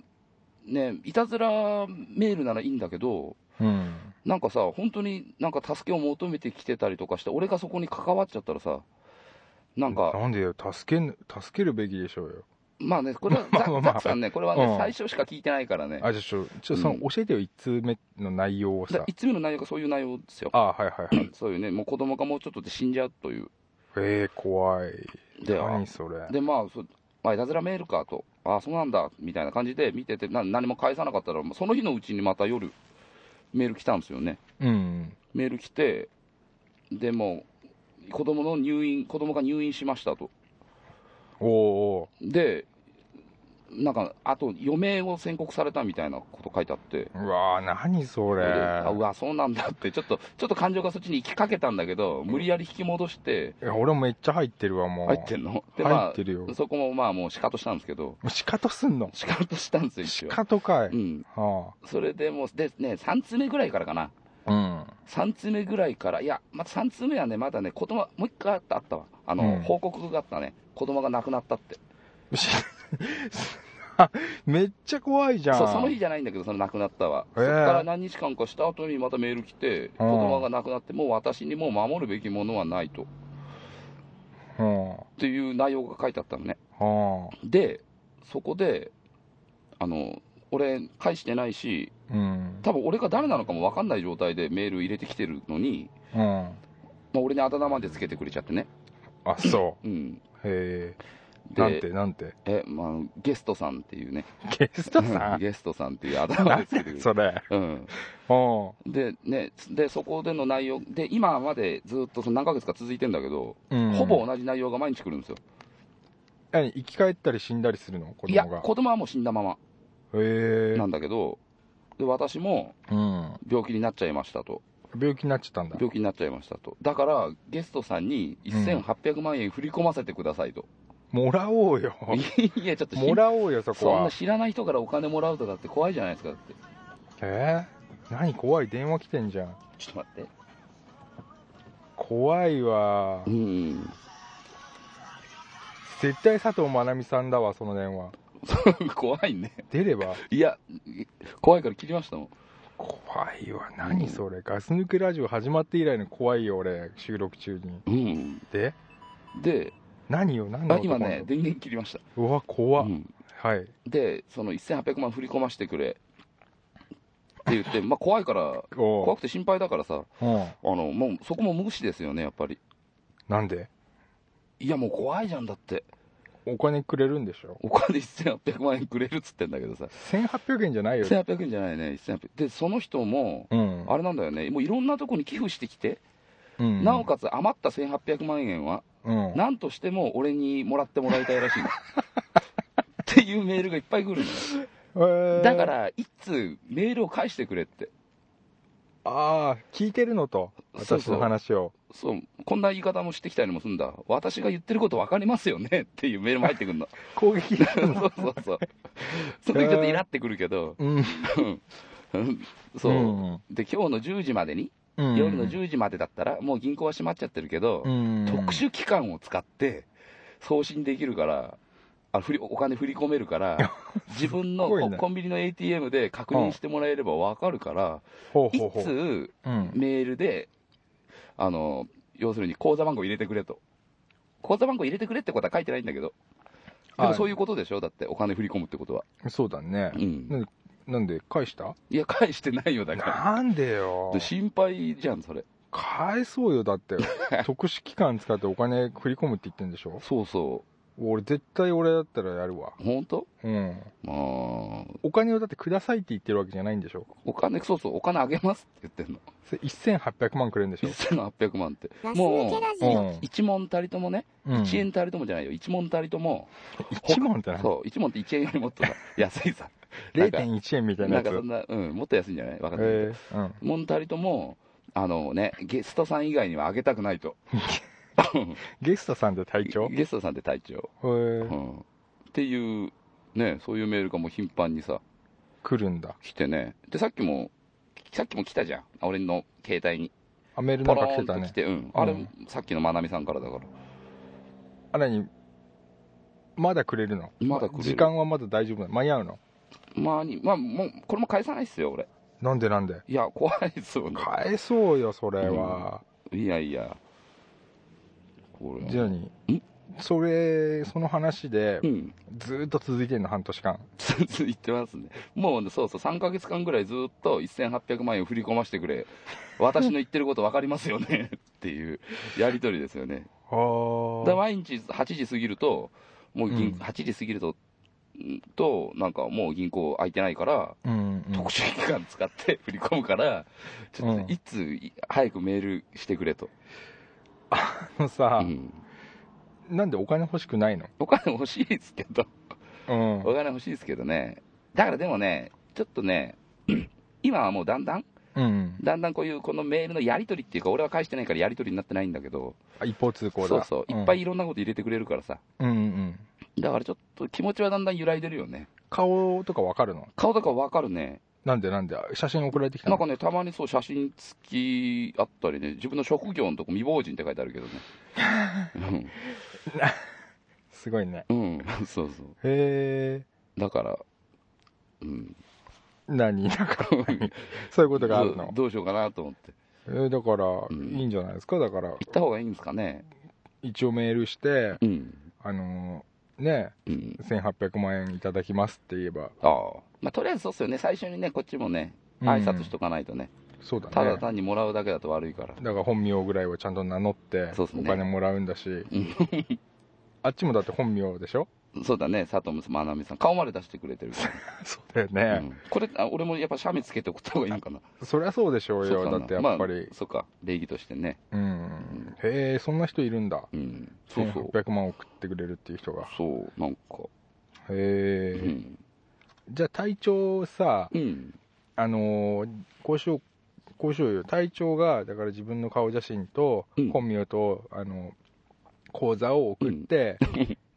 Speaker 3: ねいたずらメールならいいんだけど
Speaker 4: うん。
Speaker 3: なんかさ本当になんか助けを求めてきてたりとかして俺がそこに関わっちゃったらさなんか
Speaker 4: なんでよ、助けん、助けるべきでしょうよ。
Speaker 3: まあねこれは
Speaker 4: まあま
Speaker 3: ザ
Speaker 4: あまあ
Speaker 3: ザックさんねこれはね、
Speaker 4: うん
Speaker 3: 最初しか聞いてないからね
Speaker 4: あ、じゃあちょ、ちょ、その、
Speaker 3: うん
Speaker 4: 教えてよ、一通目の内容を
Speaker 3: だ
Speaker 4: さ。
Speaker 3: 1つ目の内容がそういう内容ですよ
Speaker 4: あはいはいはい。
Speaker 3: そういうねもう子供がもうちょっとで死んじゃうという
Speaker 4: ええ怖い。
Speaker 3: であ
Speaker 4: 何それ。
Speaker 3: でまあそまあいたずらメールかと、ああ、そうなんだみたいな感じで見てて、な何も返さなかったら、もうその日のうちにまた夜、メール来たんですよね、
Speaker 4: うん。
Speaker 3: メール来て、でもう、子供の入院、子供が入院しましたと、
Speaker 4: おーお
Speaker 3: で、なんか、あと、余命を宣告されたみたいなこと書いてあって、
Speaker 4: ー。うわー、何それ
Speaker 3: で。あうわ、そうなんだって、ちょっと、ちょっと感情がそっちに行きかけたんだけど、無理やり引き戻して、
Speaker 4: いや俺もめっちゃ入ってるわ、もう。
Speaker 3: 入ってんので、
Speaker 4: 入
Speaker 3: ま
Speaker 4: ってるよ。
Speaker 3: あ、そこもまあ、もう、シカトしたんですけど、
Speaker 4: 仕方すんの
Speaker 3: シカトしたんですよ、一
Speaker 4: 仕
Speaker 3: 応。
Speaker 4: 方かい。
Speaker 3: うん、
Speaker 4: は
Speaker 3: それでもう、でね、3通目ぐらいからかな、
Speaker 4: あ。うん。
Speaker 3: 3通目ぐらいから、いや、また3通目はね、まだね、子供もう1回あった、あったわ、あの、
Speaker 4: うん
Speaker 3: 報告があったね、子供が亡くなったって、
Speaker 4: しめっちゃ怖いじゃん。
Speaker 3: そうその日じゃないんだけど、その亡くなったわ、
Speaker 4: へ
Speaker 3: そ
Speaker 4: え
Speaker 3: こから何日間かした後にまたメール来て、子供が亡くなって、もう私にもう守るべきものはないと。
Speaker 4: うん。は
Speaker 3: っていう内容が書いてあったのね。
Speaker 4: あ。
Speaker 3: で、そこで、あの、俺、返してないし、
Speaker 4: うん。
Speaker 3: 多分俺が誰なのかも分かんない状態でメール入れてきてるのに、
Speaker 4: うん。
Speaker 3: まあ、俺にあだ名までつけてくれちゃってね。
Speaker 4: あ、そ
Speaker 3: うん。
Speaker 4: う。へえ。
Speaker 3: で
Speaker 4: なんて、なんて。
Speaker 3: え、まあ、ゲストさんっていうね、
Speaker 4: ゲストさ
Speaker 3: うん
Speaker 4: ん
Speaker 3: ゲストさんっていうあだ名をつけてくれる
Speaker 4: それ。
Speaker 3: うん、
Speaker 4: うん。
Speaker 3: でねで、そこでの内容、で今までずっとその何ヶ月か続いてんだけど、
Speaker 4: うん
Speaker 3: ほぼ同じ内容が毎日来るんですよ、
Speaker 4: 何生き返ったり死んだりするの子
Speaker 3: いや、
Speaker 4: 供が
Speaker 3: 子供はもう死んだまま
Speaker 4: へえ
Speaker 3: なんだけど、で私も
Speaker 4: うん
Speaker 3: 病気になっちゃいましたと、
Speaker 4: 病気になっちゃったんだ
Speaker 3: 病気になっちゃいましたと、だからゲストさんに1800万円振り込ませてくださいと、
Speaker 4: もらおうよ
Speaker 3: いや、ちょっとし
Speaker 4: もらおうよそこ
Speaker 3: そん
Speaker 4: は
Speaker 3: な知らない人からお金もらうとかって怖いじゃないですかだって、
Speaker 4: えー、何怖い電話来てんじゃん
Speaker 3: ちょっと待って。
Speaker 4: 怖いわ
Speaker 3: うん
Speaker 4: 絶対佐藤愛美さんだわその電話
Speaker 3: 怖いね。
Speaker 4: 出れば
Speaker 3: いや、怖いから切りましたもん。
Speaker 4: 怖いわ何それガス抜けラジオ始まって以来の怖いよ俺収録中に
Speaker 3: うん。
Speaker 4: で
Speaker 3: で、
Speaker 4: 何よ何
Speaker 3: あ
Speaker 4: の
Speaker 3: 今
Speaker 4: 男
Speaker 3: ね
Speaker 4: の、子
Speaker 3: 電源切りました。
Speaker 4: うわ怖っ、
Speaker 3: うん
Speaker 4: はい
Speaker 3: で、その1800万振り込ましてくれって言って、まあ怖いから、怖
Speaker 4: おう
Speaker 3: くて心配だからさ、
Speaker 4: うん
Speaker 3: あの、もうそこも無視ですよね、やっぱり。
Speaker 4: なんで
Speaker 3: いや、もう怖いじゃんだって。
Speaker 4: お金くれるんでしょ
Speaker 3: お金1800万円くれるっつってんだけどさ。
Speaker 4: 1800円じゃないよ
Speaker 3: 1800円じゃないね、1800で、その人も、
Speaker 4: うん
Speaker 3: あれなんだよね、もういろんなとこに寄付してきて、
Speaker 4: うん
Speaker 3: なおかつ余った1800万円は、
Speaker 4: うん、
Speaker 3: なんとしても俺にもらってもらいたいらしいの。 っていうメールがいっぱい来るのよ
Speaker 4: えー
Speaker 3: だから、一通メールを返してくれって。
Speaker 4: ああ聞いてるのと
Speaker 3: そう
Speaker 4: 私
Speaker 3: そう
Speaker 4: の話を
Speaker 3: そう、こんな言い方もしてきたりもするんだ。私が言ってること分かりますよね っていうメールも入ってくるの。
Speaker 4: 攻撃
Speaker 3: そうそうそう。その時ちょっとイラってくるけど、
Speaker 4: うん
Speaker 3: うんそう、
Speaker 4: うん
Speaker 3: で、今日の10時までに、
Speaker 4: うん
Speaker 3: 夜の10時までだったら、もう銀行は閉まっちゃってるけど、
Speaker 4: うん
Speaker 3: 特殊機関を使って送信できるから、あ振りお金振り込めるから、自分の
Speaker 4: すごい
Speaker 3: コ
Speaker 4: ね
Speaker 3: コンビニの ATM で確認してもらえれば分かるから、
Speaker 4: ほう
Speaker 3: い
Speaker 4: ほうほう
Speaker 3: つ
Speaker 4: うん
Speaker 3: メールで、あの、要するに口座番号入れてくれと。口座番号入れてくれってことは書いてないんだけど。でもそういうことでしょだってお金振り込むってことは。
Speaker 4: そうだね
Speaker 3: う。ん。
Speaker 4: なんで、返した
Speaker 3: いや、返してないよだか
Speaker 4: なんでよ
Speaker 3: ら。。心配じゃん、それ。
Speaker 4: 返そうよ、だって。特殊期間使ってお金振り込むって言ってんでしょ
Speaker 3: そうそ
Speaker 4: 俺、絶対俺だったらやるわ。
Speaker 3: う。本当
Speaker 4: うん。
Speaker 3: まあ、
Speaker 4: お金をだってくださいって言ってるわけじゃないんでしょ
Speaker 3: お金、そうそう、お金あげますって言ってんの。
Speaker 4: それ1800万くれるんでしょ
Speaker 3: 1800万って。
Speaker 5: ガス抜
Speaker 3: も
Speaker 5: け
Speaker 3: う、
Speaker 5: ラジオ。
Speaker 3: 1問たりともね、
Speaker 4: うん
Speaker 3: 1円たりともじゃないよ。1問たりとも、
Speaker 4: 1問ってなんだ
Speaker 3: そう、1問って1円よりもっとさ安いさ。 なんか
Speaker 4: 0.1円みたいな
Speaker 3: な
Speaker 4: や
Speaker 3: ん
Speaker 4: つ
Speaker 3: かそんな、うん、もっと安いんじゃないわかんないけど。
Speaker 4: えーうん
Speaker 3: もんたりとも、あのね、ゲストさん以外にはあげたくない と。
Speaker 4: ゲストさんで隊長へ
Speaker 3: ゲストさんって隊長。
Speaker 4: え
Speaker 3: うん。っていう、ね、そういうメールがもう頻繁にさ、
Speaker 4: 来るんだ
Speaker 3: 来てね。で、さっきも、さっきも来たじゃん。俺の携帯に。
Speaker 4: あメールな
Speaker 3: ポ
Speaker 4: ん
Speaker 3: ロ
Speaker 4: か来
Speaker 3: ー
Speaker 4: て
Speaker 3: ン
Speaker 4: た
Speaker 3: と来
Speaker 4: ね
Speaker 3: て、うん。あれ、
Speaker 4: うん
Speaker 3: さっきのまなみさんからだから。
Speaker 4: あれにまだくれるの
Speaker 3: まだくれる
Speaker 4: 時間はまだ大丈夫なの間に合うの
Speaker 3: まあに、まあ、もう、これも返さないっすよ、俺。
Speaker 4: なんでなんで
Speaker 3: いや、怖いっすよね。
Speaker 4: 返そうよそれは、
Speaker 3: いやいや。これ。
Speaker 4: じゃあに
Speaker 3: ん
Speaker 4: それその話で
Speaker 3: うん。
Speaker 4: ずーっと続いてんの半年間
Speaker 3: 続いてますね。もうね、そうそう、3ヶ月間ぐらいずっと1800万円を振り込ませてくれ。私の言ってること分かりますよね っていうやり取りですよね。
Speaker 4: あ
Speaker 3: だから
Speaker 4: ー
Speaker 3: 毎日8時過ぎると、もう銀、
Speaker 4: うん
Speaker 3: 8時過ぎると、んと、なんかもう銀行空いてないから、
Speaker 4: うんうん
Speaker 3: 特殊期間使って 振り込むから、ちょっ
Speaker 4: うん
Speaker 3: といつい早くメールしてくれと。
Speaker 4: あのさ
Speaker 3: う、ん
Speaker 4: なんでお金欲しくないの
Speaker 3: お金欲しいですけど、
Speaker 4: うん
Speaker 3: お金欲しいですけどね。だからでもね、ちょっとね、今はもうだんだん
Speaker 4: うん
Speaker 3: だんだんこういうこのメールのやり取りっていうか、俺は返してないからやり取りになってないんだけど、
Speaker 4: あ一方通行だ
Speaker 3: そうそう、いっぱい
Speaker 4: い
Speaker 3: いろんなこと入れてくれるからさ、
Speaker 4: うんうんうん
Speaker 3: だからちょっと気持ちはだんだん揺らいでるよね、
Speaker 4: 顔とかわかるの
Speaker 3: 顔とかわかるね、
Speaker 4: なんでなんで写真送られてきた
Speaker 3: な
Speaker 4: の
Speaker 3: んかね、たまにそう写真付きあったりね、自分の職業のとこ、未亡人って書いてあるけど ね、
Speaker 4: すごいね
Speaker 3: うん、うん、そうそう、
Speaker 4: へえ
Speaker 3: だから、うん、
Speaker 4: 何 だからそういうことがある
Speaker 3: ど
Speaker 4: の
Speaker 3: う、どうしようかなと思って、
Speaker 4: えーだから、
Speaker 3: ん
Speaker 4: いいんじゃないですかだから
Speaker 3: 行った方がいいんですかね、
Speaker 4: 一応メールして
Speaker 3: うん、
Speaker 4: あのーね
Speaker 3: うん、
Speaker 4: 1800万円いただきますって言えば
Speaker 3: ああ、まあ、とりあえずそうっすよね、最初にね、こっちもね、挨拶しとかないとね、
Speaker 4: そうだね
Speaker 3: ただ単にもらうだけだと悪いから。
Speaker 4: だから本名ぐらいはちゃんと名乗って
Speaker 3: そう
Speaker 4: お
Speaker 3: っすね
Speaker 4: 金もらうんだし、
Speaker 3: ん
Speaker 4: あっちもだって本名でしょ
Speaker 3: そうだね、佐藤むすまなみさん、顔まで出してくれてるか
Speaker 4: そうだよ
Speaker 3: ら、
Speaker 4: ね、
Speaker 3: うんこれ、あ俺もやっぱ写メつけておった方がいいのかな、
Speaker 4: そりゃそうでしょう
Speaker 3: そう
Speaker 4: よ
Speaker 3: か
Speaker 4: だ
Speaker 3: な
Speaker 4: ってやっぱり
Speaker 3: まあ、そうか、礼儀としてね、
Speaker 4: うんへえそんな人いるんだ
Speaker 3: うん、そうそう、
Speaker 4: 1800万送ってくれるっていう人が
Speaker 3: そう、なんか、
Speaker 4: へ
Speaker 3: う
Speaker 4: え、
Speaker 3: ん、
Speaker 4: じゃあ隊長さ
Speaker 3: うん、
Speaker 4: あのーこうしようこうしようよ隊長がだから自分の顔写真と
Speaker 3: うん
Speaker 4: 本名と、あの口座を送って、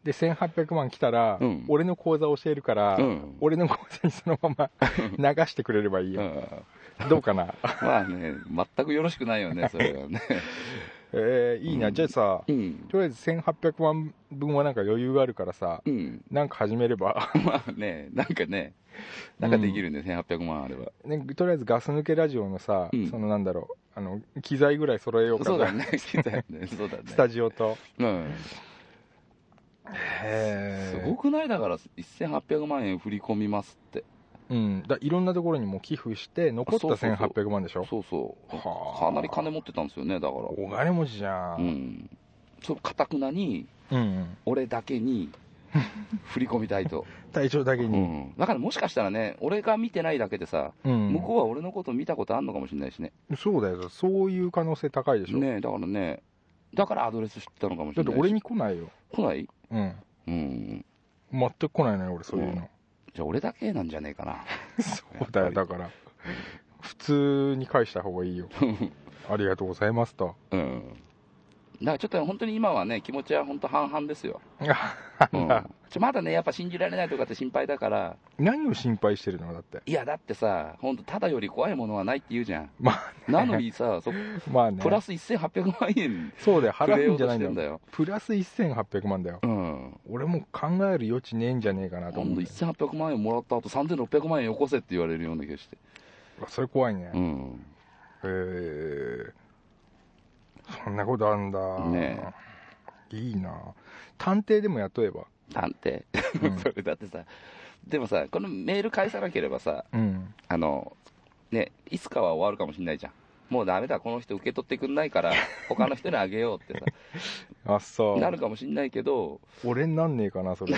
Speaker 4: で1800万来たら、
Speaker 3: うん
Speaker 4: 俺の口座教えるから、
Speaker 3: うん、
Speaker 4: 俺の口座にそのまま流してくれればいいよ、
Speaker 3: うん
Speaker 4: どうかな
Speaker 3: まあね、全くよろしくないよね、それは ね、
Speaker 4: えーいいな、
Speaker 3: うん
Speaker 4: じゃあさ
Speaker 3: うん、
Speaker 4: とりあえず1800万分はなんか余裕があるからさ
Speaker 3: うん、
Speaker 4: なんか始めれば、
Speaker 3: まあね、なんかね、なんかできるね、1800万あれば、
Speaker 4: ね、とりあえずガス抜けラジオのさ、
Speaker 3: うん
Speaker 4: そのなんだろうあの機材ぐらい揃えようかな
Speaker 3: そうだね、そうだね、そうだね
Speaker 4: スタジオと
Speaker 3: うん、す
Speaker 4: へ
Speaker 3: ごくないだから、1800万円振り込みますって。
Speaker 4: うん、だいろんなところにも寄付して残った
Speaker 3: そうそうそう
Speaker 4: 1800万でしょ
Speaker 3: そうそう、
Speaker 4: はあ
Speaker 3: かなり金持ってたんですよね、だから、
Speaker 4: お金持ちじゃ、
Speaker 3: うんん、そうかたくなに、
Speaker 4: うんうん、
Speaker 3: 俺だけ に振り込みたいと、
Speaker 4: 体調だけ
Speaker 3: う
Speaker 4: に、
Speaker 3: ん、だからもしかしたらね、俺が見てないだけでさ、
Speaker 4: うん
Speaker 3: 向こうは俺のこと見たことあるのかもしれないしね、
Speaker 4: そうだよそういう可能性高いでしょ、
Speaker 3: ねだからね、だからアドレス知ったのかもし
Speaker 4: だ
Speaker 3: れ
Speaker 4: って
Speaker 3: ないし、
Speaker 4: 俺に来ないよ、
Speaker 3: 来ない
Speaker 4: うん、
Speaker 3: うん、
Speaker 4: 全く来ないのよ俺そういうの、
Speaker 3: じゃあ俺だけなんじゃねえかな、
Speaker 4: そうだよだから普通に返した方がい いよありがとうございますと
Speaker 3: うん、だからちょっと本当に今はね、気持ちは本当半々ですよ、
Speaker 4: あ
Speaker 3: うん
Speaker 4: な、
Speaker 3: ちょまだね、やっぱ信じられないとかって心配だから、
Speaker 4: 何を心配してるのだって
Speaker 3: いや、だってさ、本当ただより怖いものはないって言うじゃん。
Speaker 4: まあ
Speaker 3: なのに さ、そ
Speaker 4: まあね
Speaker 3: プラス1800万円
Speaker 4: そうだよ
Speaker 3: くれ
Speaker 4: 払う
Speaker 3: よ
Speaker 4: ん
Speaker 3: う
Speaker 4: じゃ
Speaker 3: と
Speaker 4: な
Speaker 3: して
Speaker 4: いんだよ
Speaker 3: んだよ。
Speaker 4: プラス1800万だよ
Speaker 3: うん。
Speaker 4: 俺もう考える余地ねえんじゃねえかなと思
Speaker 3: 今
Speaker 4: う
Speaker 3: 度
Speaker 4: んだよ
Speaker 3: 1800万円もらった後3600万円よこせって言われるような気がして。
Speaker 4: それ怖いね、
Speaker 3: うん。
Speaker 4: へえそんなことあんだ。
Speaker 3: ね
Speaker 4: いいな探偵でも雇えば。
Speaker 3: 探偵、
Speaker 4: う ん
Speaker 3: それだってさでもさこのメール返さなければさ
Speaker 4: うん。
Speaker 3: あのねいつかは終わるかもしれないじゃんもうダメだこの人受け取ってくんないから他の人にあげようってさ
Speaker 4: あ、 そう。
Speaker 3: なるかもしれないけど
Speaker 4: 俺になんねえかな、それ。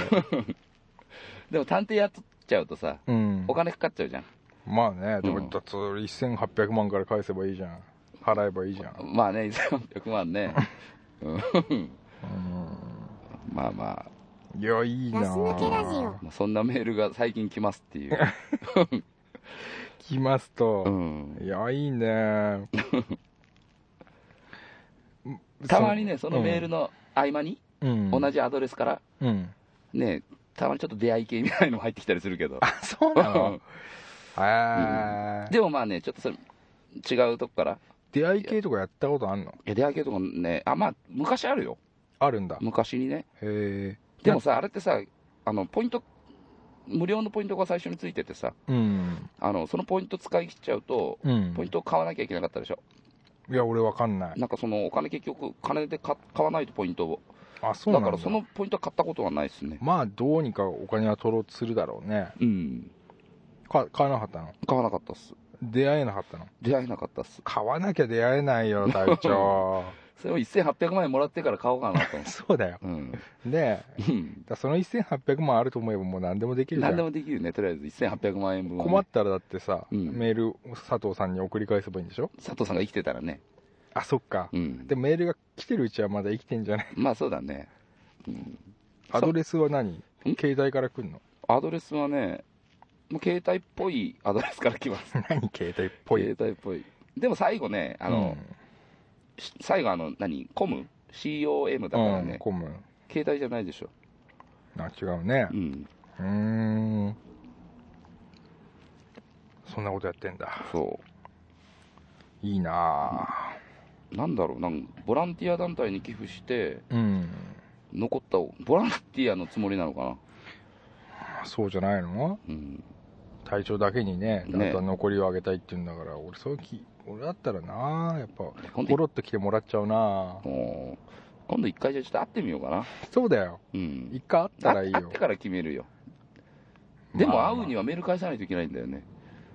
Speaker 3: でも探偵やっちゃうとさ
Speaker 4: うん
Speaker 3: お。金かかっちゃうじゃん
Speaker 4: まあね、で
Speaker 3: う
Speaker 4: も、
Speaker 3: ん
Speaker 4: だってそれ1800万から返せばいいじゃん。払えばいいじゃん。
Speaker 3: まあね1300万ねうん
Speaker 4: う
Speaker 3: まあまあ
Speaker 4: ん。いや、いいな
Speaker 5: ガス抜けラジオ
Speaker 3: まあそんなメールが最近来ますっていう、
Speaker 4: 来ます
Speaker 3: う
Speaker 4: と。
Speaker 3: ん、
Speaker 4: いや、い いね
Speaker 3: たまにねそのメール
Speaker 4: の、
Speaker 3: の合間に
Speaker 4: うん
Speaker 3: 同。じアドレスから
Speaker 4: うん。
Speaker 3: ねたまにちょっと出会い系みたいのも入ってきたりするけど
Speaker 4: あ、そうなのへえ。
Speaker 3: でもまあねちょっとそれ違うとこからい
Speaker 4: 出会い系とかやったことあんの
Speaker 3: や出会い系とかねあまあ昔あるよ
Speaker 4: あるんだ。
Speaker 3: 昔にね
Speaker 4: へ
Speaker 3: でもさあれってさあのポイント無料のポイントが最初についててさ
Speaker 4: え。うん。
Speaker 3: あのそのポイント使い切っちゃうと
Speaker 4: うん。
Speaker 3: ポイントを買わなきゃいけなかったでしょ
Speaker 4: いや、俺わかんない。
Speaker 3: なんかそのお金結局金で買買わないとポイントを
Speaker 4: あ、そうな
Speaker 3: だか
Speaker 4: んだ。
Speaker 3: らそのポイントは買ったことはないですね
Speaker 4: まあ、どうにかお金は取ろうとするだろうね。
Speaker 3: うん
Speaker 4: か買わなかったの
Speaker 3: 買わなかったっす
Speaker 4: 出会えなかったの
Speaker 3: 出会えなかったっす
Speaker 4: 買わなきゃ出会えないよ、隊長。
Speaker 3: それを1800万円もらってから買おうかなと思って
Speaker 4: そうだよ。
Speaker 3: うん
Speaker 4: で、
Speaker 3: うん
Speaker 4: だからその1800万あると思えばもう何でもできるじゃ
Speaker 3: 何で
Speaker 4: ん。
Speaker 3: もできるねとりあえず1800万円分、ね、
Speaker 4: 困ったらだってさ、
Speaker 3: うん
Speaker 4: メールを佐藤さんに送り返せばいいんでしょ
Speaker 3: 佐藤さんが生きてたらね
Speaker 4: あ、そっか。
Speaker 3: うん
Speaker 4: でもメールが来てるうちはまだ生きてんじゃない
Speaker 3: まあそうだね、うん、
Speaker 4: アドレスは何携帯から来るの
Speaker 3: アドレスはねもう携帯っぽいアドレスから来ます
Speaker 4: 何携帯っぽい。
Speaker 3: 携帯っぽいでも最後ねあの、
Speaker 4: うん
Speaker 3: し最後あの何コム COM だから
Speaker 4: うん
Speaker 3: ね、
Speaker 4: 混む。
Speaker 3: 携帯じゃないでしょ、
Speaker 4: あ、違うね
Speaker 3: う。ん、
Speaker 4: うーん。そんなことやってんだ。
Speaker 3: そ
Speaker 4: いいな
Speaker 3: うなんだろうなんボランティア団体に寄付して
Speaker 4: ぁ。うん。
Speaker 3: 残ったボランティアのつもりなのかな、
Speaker 4: そうじゃないの
Speaker 3: うん、
Speaker 4: 体調だけにね、
Speaker 3: ね
Speaker 4: あとは残りをあげたいって言うんだから、俺、そういうき、俺だったらなぁ、やっぱ、
Speaker 3: 今
Speaker 4: ポ
Speaker 3: 度
Speaker 4: ロっと来てもらっちゃうなぁ。
Speaker 3: おー今度一回じゃちょっと会ってみようかな
Speaker 4: そうだよ。
Speaker 3: うん
Speaker 4: 一回会ったらいい
Speaker 3: 会っ
Speaker 4: よ
Speaker 3: て。から決めるよでも会うに
Speaker 4: は。
Speaker 3: はメール返さないといけないんだよね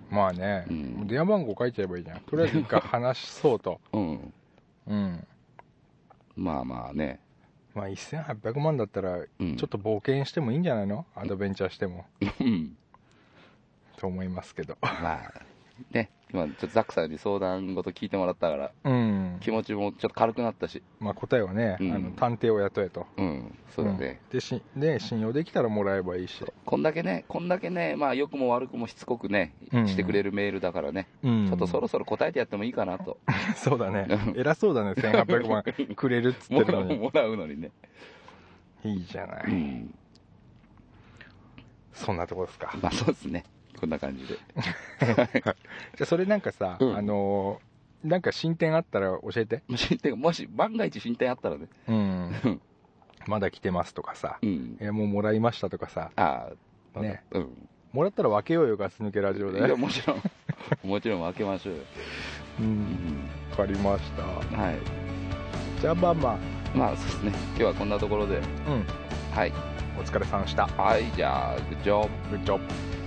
Speaker 4: まあね、
Speaker 3: うん
Speaker 4: 電話番号書いちゃえばいいじゃん。とりあえず 一回話しそうと。
Speaker 3: うん
Speaker 4: うん。
Speaker 3: まあまあね、
Speaker 4: まあ、1800万だったら、
Speaker 3: うん、
Speaker 4: ちょっと冒険してもいいんじゃないのアドベンチャーしても。
Speaker 3: うん
Speaker 4: と思いますけど。
Speaker 3: まあね今ちょっとザックさんに相談事聞いてもらったから
Speaker 4: うん。
Speaker 3: 気持ちもちょっと軽くなったし
Speaker 4: まあ、答えはね、
Speaker 3: うん
Speaker 4: あの探偵を雇えと。
Speaker 3: うんそうだね、
Speaker 4: うんでしで信用できたらもらえばいいし、
Speaker 3: こんだけねこんだけねまあ良くも悪くもしつこくね
Speaker 4: うん
Speaker 3: してくれるメールだからね、
Speaker 4: うん
Speaker 3: ちょっとそろそろ答えてやってもいいかなと
Speaker 4: そうだね偉そうだね1800万 くれるっつって
Speaker 3: も
Speaker 4: る
Speaker 3: ら
Speaker 4: の
Speaker 3: う
Speaker 4: に
Speaker 3: もらうのにね、
Speaker 4: いいじゃな
Speaker 3: う
Speaker 4: い、
Speaker 3: ん、
Speaker 4: そんなとこですか
Speaker 3: まあそうですねこんな感じで
Speaker 4: じゃあそれなんかさ、
Speaker 3: うん
Speaker 4: あのーなんか進展あったら教えて
Speaker 3: もし、てかもし万が一進展あったらね、
Speaker 4: うん まだ来てますとかさ、
Speaker 3: うん。
Speaker 4: えもうもらいましたとかさ
Speaker 3: ああ、
Speaker 4: ね
Speaker 3: うん。
Speaker 4: もらったら分けようよガス抜けラジオ
Speaker 3: い
Speaker 4: で
Speaker 3: や、
Speaker 4: わ、
Speaker 3: もちろん、 もちろん分けましょうよ。
Speaker 4: う、
Speaker 3: うんん。
Speaker 4: わかりました
Speaker 3: はい。
Speaker 4: じゃあまあま
Speaker 3: まあ、そうですね。今日はこんなところで。
Speaker 4: あうん
Speaker 3: はい。
Speaker 4: お疲れさんでした
Speaker 3: はい、じゃあ、グッジョブ。
Speaker 4: グッジョブ